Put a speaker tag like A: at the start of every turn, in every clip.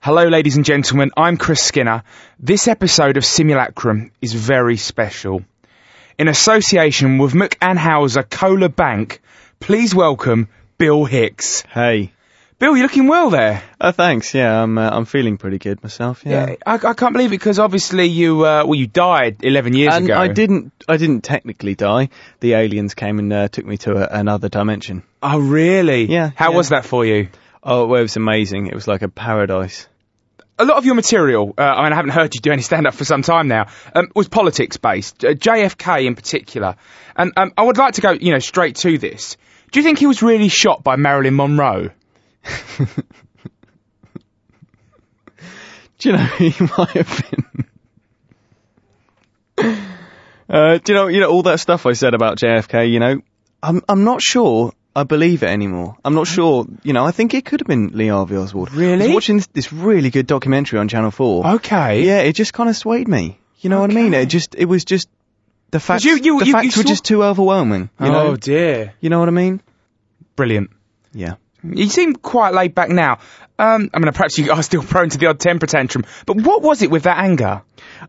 A: Hello, ladies and gentlemen. I'm Chris Skinner. This episode of Simulacrum is very special. In association with McAnhauser Kohler Bank, please welcome Bill Hicks.
B: Hey.
A: Bill, you're looking well there.
B: Oh, thanks. Yeah, I'm. Uh, I'm feeling pretty good myself. Yeah.
A: I, I can't believe it because obviously you, uh, well, you died 11 years
B: and
A: ago.
B: I didn't. I didn't technically die. The aliens came and uh, took me to a, another dimension.
A: Oh, really?
B: Yeah,
A: How
B: yeah.
A: was that for you?
B: Oh, well, it was amazing. It was like a paradise.
A: a lot of your material, uh, I mean, I haven't heard you do any stand up for some time now, um, was politics based, uh, JFK in particular. And um, I would like to go, you know, straight to this. Do you think he was really shot by Marilyn Monroe?
B: Do you know who you might have been? Uh, do you know? You know all that stuff I said about JFK. You know, I'm. I'm not sure. I believe it anymore. I'm not sure. You know, I think it could have been Lee Harvey Oswald. I
A: Really?
B: was watching this, this really good documentary on Channel Four.
A: Okay.
B: Yeah, it just kind of swayed me. You know what I mean? It just, it was just the facts.
A: you- you- you-
B: the
A: you
B: facts were
A: saw-
B: just too overwhelming. You know,
A: Oh, dear.
B: you know what I mean?
A: Brilliant.
B: Yeah.
A: You seem quite laid back now. Um, I mean, perhaps you are still prone to the odd temper tantrum, but what was it with that anger?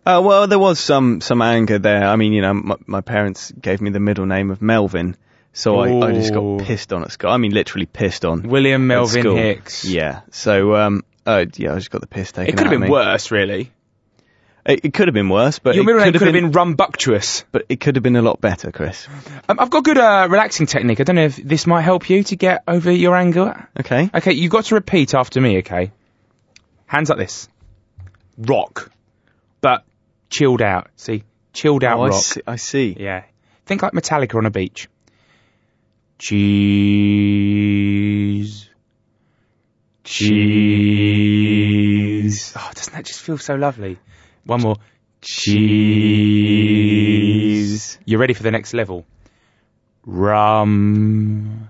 B: Uh, well, there was some some anger there. I mean, you know, my, my parents gave me the middle name of Melvin, so I, I just
A: Ooh.
B: got pissed on at school. I mean, literally pissed on. at
A: William Melvin
B: school.
A: Hicks.
B: Yeah. So, um, uh, yeah, I just got the piss taken.
A: It could have
B: out of
A: been
B: me.
A: worse, really.
B: It, it could have been worse, but
A: Your
B: it
A: middle name
B: could have been,
A: Rumbuctuous.
B: but it could have been a lot better, Chris.
A: Um, I've got a good uh, relaxing technique. I don't know if this might help you to get over your anger.
B: Okay.
A: Okay, you've got to repeat after me, okay? Hands like this. Rock. But chilled out. See? Chilled out
B: Oh, I
A: rock.
B: see. I see.
A: Yeah. Think like Metallica on a beach. Cheese. Cheese. Oh, doesn't that just feel so lovely? One more. Cheese. You're ready for the next level. Rum.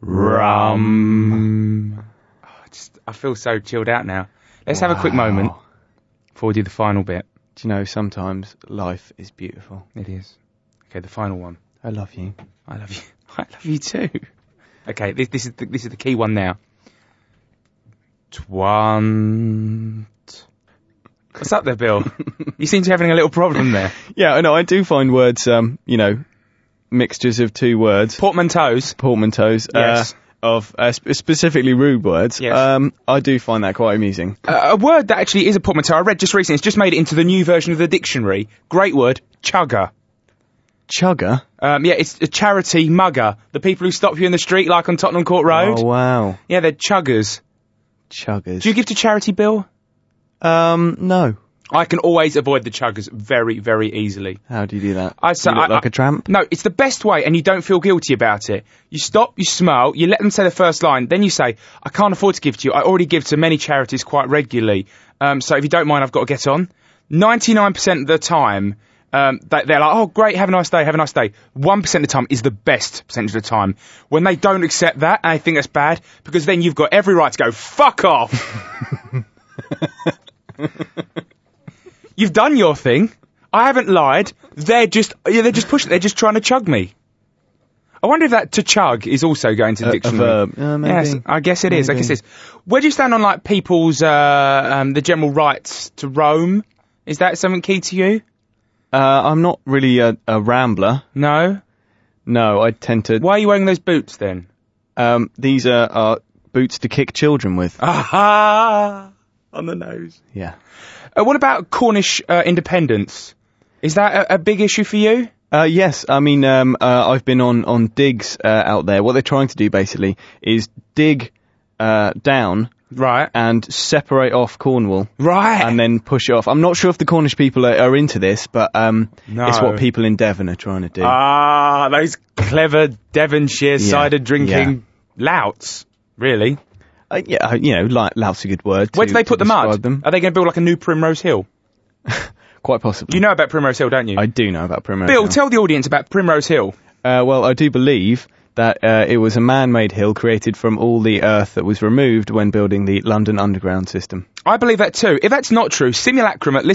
A: Rum. Oh, just, I feel so chilled out now. Let's have a quick moment
B: Wow.
A: before we do the final bit.
B: Do you know sometimes life is beautiful?
A: It is. Okay, the final one.
B: I love you.
A: I love you. I love you too. Okay, this, this is the, this is the key one now. Twant. What's up there, Bill? you seem to be having a little problem there.
B: Yeah, I know. I do find words, um, you know, mixtures of two words,
A: Portmanteaus.
B: portmanteaus,
A: Yes.
B: uh, of uh, sp- specifically rude words.
A: Yes.
B: Um, I do find that quite amusing.
A: Uh, A, a word that actually is a portmanteau. I read just recently. It's just made it into the new version of the dictionary. Great word, chugger.
B: Chugger.
A: Um, yeah, it's a charity mugger. The people who stop you in the street, like on Tottenham Court Road.
B: Oh wow,
A: Yeah, they're chuggers.
B: chuggers.
A: Do you give to charity, Bill?
B: um, no.
A: I can always avoid the chuggers very, very easily.
B: How do you do that?
A: I say-
B: you look
A: I-
B: like
A: I-
B: a tramp.
A: No, it's the best way, and you don't feel guilty about it. You stop, you smile, you let them say the first line, then you say, I can't afford to give to you. I already give to many charities quite regularly. Um, so if you don't mind, I've got to get on. 99% of the time, um, they, they're like, oh, great, have a nice day, have a nice day. 1% of the time is the best percentage of the time. When they don't accept that, and they think that's bad, because then you've got every right to go, fuck off. you've done your thing. I haven't lied. They're just yeah, they're just pushing. They're just trying to chug me. I wonder if that to chug is also going to the
B: A- a
A: dictionary.
B: verb. Uh, maybe.
A: Yes, I guess it is. I guess
B: Maybe.
A: it is. Where do you stand on like people's uh, um, the general rights to roam? Is that something key to you?
B: Uh, I'm not really a, a rambler.
A: No.
B: No, I tend to.
A: Why are you wearing those boots then?
B: Um, these are, are boots to kick children with.
A: Aha! On the nose.
B: yeah.
A: Uh, what about Cornish uh, independence? Is that a, a big issue for you?
B: Uh, yes, I mean, um, uh, I've been on on digs uh, out there. What they're trying to do basically is dig uh, down
A: Right.
B: and separate off Cornwall
A: Right.
B: Uh, and then push it off. I'm not sure if the Cornish people are, are into this, but um,
A: No.
B: it's what people in Devon are trying to do.
A: Ah, those clever Devonshire cider drinking louts. Really?
B: Uh, yeah, uh, you know, like, lout's a good word.
A: Where
B: to-
A: do they
B: to
A: put the mud? Uh,
B: describe Them.
A: Are they going to build like a new Primrose Hill?
B: Quite possibly.
A: You know about Primrose Hill, don't you?
B: I do know about Primrose.
A: Bill,
B: Hill.
A: tell the audience about Primrose Hill.
B: Uh, well, I do believe that uh, it was a man-made hill created from all the earth that was removed when building the London Underground system.
A: I believe that too. If that's not true, simulacrum at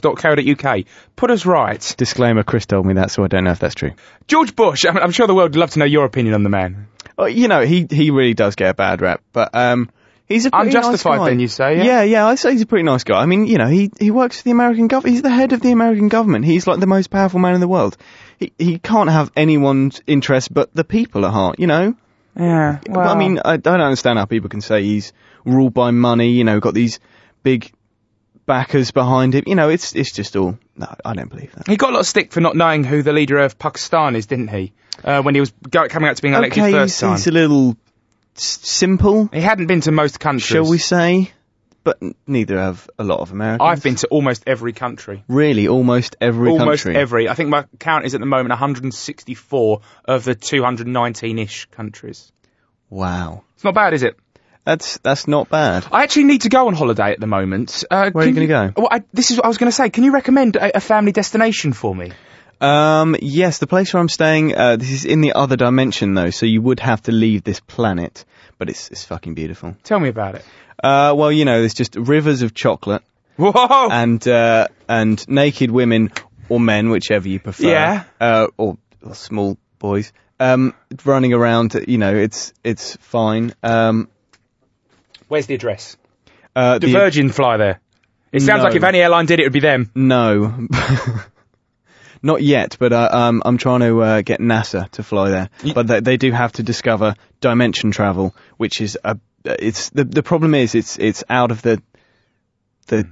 A: listentothestars.co.uk. Put us right.
B: Disclaimer: Chris told me that, so I don't know if that's true.
A: George Bush, I mean, I'm sure the world would love to know your opinion on the man.
B: Uh, you know, he he really does get a bad rap, but um, He's a pretty
A: Unjustified,
B: nice guy.
A: then you say?
B: Yeah. yeah, I say he's a pretty nice guy. I mean, you know, he he works for the American government. He's the head of the American government. He's like the most powerful man in the world. He he can't have anyone's interest but the people at heart. You know.
A: Yeah.
B: Well, I mean, I don't understand how people can say he's ruled by money. You know, got these big backers behind him. You know, it's it's just all. No, I don't believe that.
A: He got a lot of stick for not knowing who the leader of Pakistan is, didn't he? Uh, when he was go- coming out to being elected
B: okay,
A: first
B: he's,
A: time.
B: he's a little s- simple,
A: He hadn't been to most countries.
B: shall we say? But n- neither have a lot of Americans.
A: I've been to almost every country.
B: really almost every
A: almost
B: country.
A: every. I think my count is at the moment 164 of the 219-ish countries.
B: Wow,
A: It's not bad, is it?
B: that's that's not bad.
A: I actually need to go on holiday at the moment. Uh,
B: Where are you
A: can
B: gonna
A: Well, I, this is what I was going to say. Can you recommend a, a family destination for me?
B: Um, yes, the place where I'm staying. Uh, this is in the other dimension though, so you would have to leave this planet. But it's it's fucking beautiful.
A: Tell me about it.
B: Uh, well, you know, there's just rivers of chocolate
A: Whoa!
B: and uh, and naked women or men, whichever you prefer.
A: Yeah.
B: Uh, or, or small boys. Um, running around. You know, it's it's fine. Um,
A: Where's the address?
B: uh, the-
A: The Virgin fly there. It sounds
B: No.
A: like if any airline did it, it would be them.
B: No. Not yet, but uh, um, I'm trying to uh, get NASA to fly there. But they, they do have to discover dimension travel, which is a it's the the problem is it's it's out of the the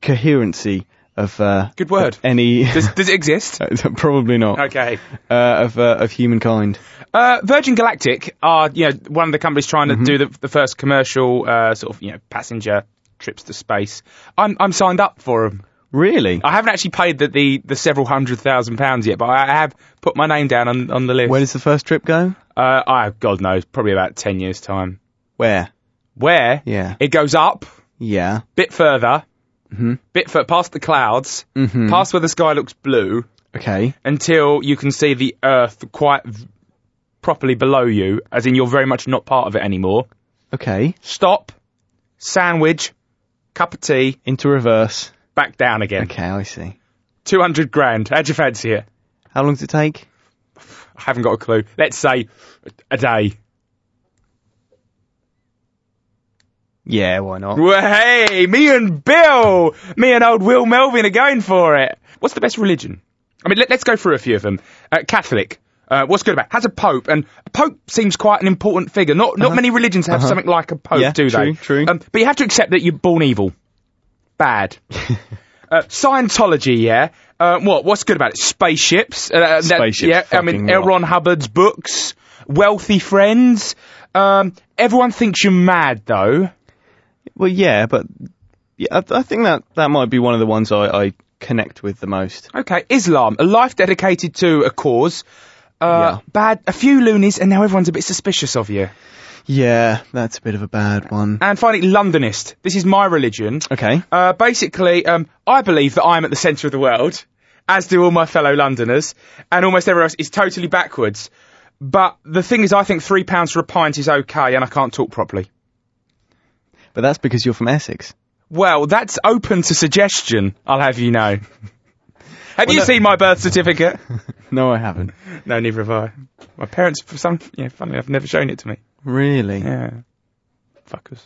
B: coherency of uh,
A: Hmm. Good word.
B: of any
A: Does, does it exist?
B: probably not
A: Okay.
B: uh, of uh, of humankind.
A: Uh, Virgin Galactic are you know one of the companies trying to do the, the first commercial uh, sort of you know passenger trips to space. I'm I'm signed up for them.
B: Really?
A: I haven't actually paid the, the, the several hundred thousand pounds yet, but I have put my name down on, on the list.
B: Where does the first trip go?
A: uh, I God knows, probably about ten years time.
B: Where?
A: Where
B: Yeah.
A: it goes up,
B: Yeah.
A: bit further, bit fur past the clouds, past where the sky looks blue,
B: Okay.
A: until you can see the Earth quite v- properly below you, as in you're very much not part of it anymore.
B: Okay.
A: Stop, sandwich, cup of tea,
B: Into reverse.
A: back down again.
B: Okay, I see.
A: 200 grand. How'd you fancy it?
B: How long does it take?
A: I haven't got a clue. Let's say a day.
B: Yeah, why not?
A: Well, hey, me and Bill, me and old Will Melvin are going for it. What's the best religion? I mean, let, us go through a few of them. Uh, Catholic. Uh, what's good about it? Has a pope, and a pope seems quite an important figure. Not not many religions have something like a pope,
B: Uh-huh. Yeah,
A: do they?
B: true, true.
A: Um, but you have to accept that you're born evil, bad. uh, Scientology, yeah. Uh, what? What's good about it? Spaceships. Uh, that-
B: Spaceships,
A: Yeah. I mean,
B: fucking
A: L.
B: right.
A: Ron Hubbard's books. Wealthy friends. Um, everyone thinks you're mad, though.
B: Well, yeah, but yeah, I, I think that that might be one of the ones I, I connect with the most.
A: Okay, Islam, a life dedicated to a cause. Uh,
B: Yeah.
A: Bad, a few loonies, and now everyone's a bit suspicious of you.
B: Yeah, that's a bit of a bad one.
A: And finally, Londonist. This is my religion.
B: Okay.
A: Uh, basically, um, I believe that I'm at the centre of the world, as do all my fellow Londoners, and almost everyone else is totally backwards. But the thing is, I think three pounds for a pint is okay, and I can't talk properly.
B: But that's because you're from Essex.
A: Well, that's open to suggestion. I'll have you know. have you
B: no-
A: seen my birth certificate?
B: No, I haven't.
A: no, neither have I. My parents, for some, yeah, funny enough, never shown it to me.
B: Really?
A: Yeah. Fuckers.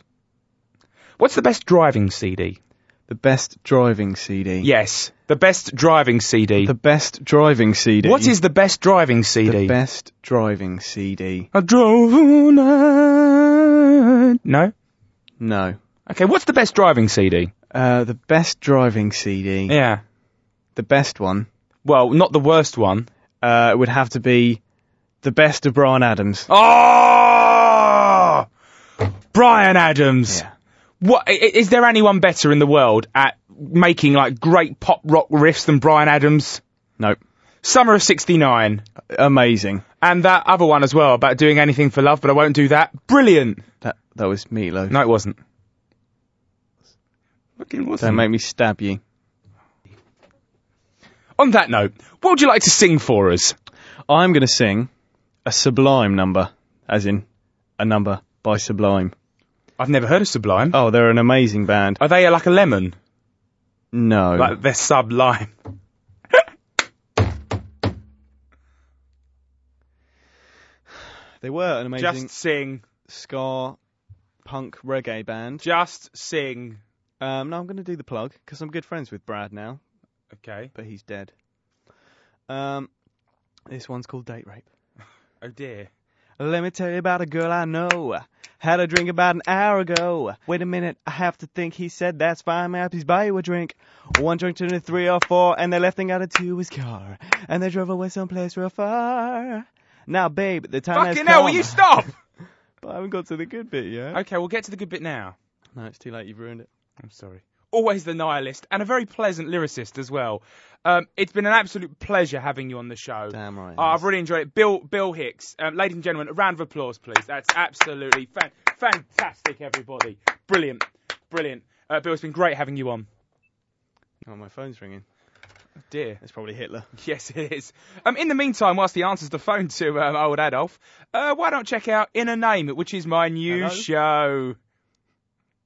A: What's the best driving CD?
B: The best driving CD.
A: Yes, the best driving CD.
B: The best driving CD.
A: what is the best driving CD?
B: the best driving CD?
A: I drove all night. No?
B: No.
A: Okay, what's the best driving CD?
B: Uh, the best driving CD.
A: Yeah.
B: The best one
A: Well, not the worst one.
B: uh, would have to be the best of Brian Adams.
A: Oh! Brian Adams.
B: Yeah.
A: What i- i- is there anyone better in the world at making like great pop rock riffs than Brian Adams?
B: Nope.
A: Summer of 69.
B: Amazing.
A: And that other one as well about doing anything for love, but I won't do that. Brilliant.
B: That that was Meatloaf.
A: No, it wasn't. Fucking
B: Don't
A: wasn't.
B: make me stab you.
A: On that note, what would you like to sing for us?
B: I'm going to sing a Sublime number, as in a number by Sublime.
A: I've never heard of Sublime.
B: Oh, they're an amazing band.
A: Are they like a lemon?
B: No.
A: Like they're sublime.
B: they were an amazing
A: Just sing.
B: ska punk reggae band.
A: Just sing.
B: Um, no, I'm going to do the plug because I'm good friends with Brad now,
A: Okay.
B: but he's dead. Um, this one's called Date Rape.
A: Oh dear.
B: Let me tell you about a girl I know. Had a drink about an hour ago. Wait a minute, I have to think. He said, that's fine, man. Please buy you a drink. One drink turned into three or four, and they left and got into his car. And they drove away someplace real far. Now, babe, the time has
A: Fucking hell, will
B: come.
A: you stop?
B: But I haven't got to the good bit yet.
A: okay, we'll get to the good bit now.
B: No, it's too late. You've ruined it.
A: I'm sorry. Always the nihilist and a very pleasant lyricist as well. Um, it's been an absolute pleasure having you on the show.
B: Damn right.
A: Oh, I've really enjoyed it. Bill Bill Hicks, um, ladies and gentlemen, a round of applause, please. That's absolutely fan- fantastic, everybody. Brilliant, brilliant. Uh, Bill, it's been great having you on.
B: oh, my phone's ringing.
A: Dear,
B: It's probably Hitler.
A: yes, it is. Um, in the meantime, whilst he answers the phone to um, old Adolf, uh, why don't check out Inner Name, which is my new
B: Hello?
A: show.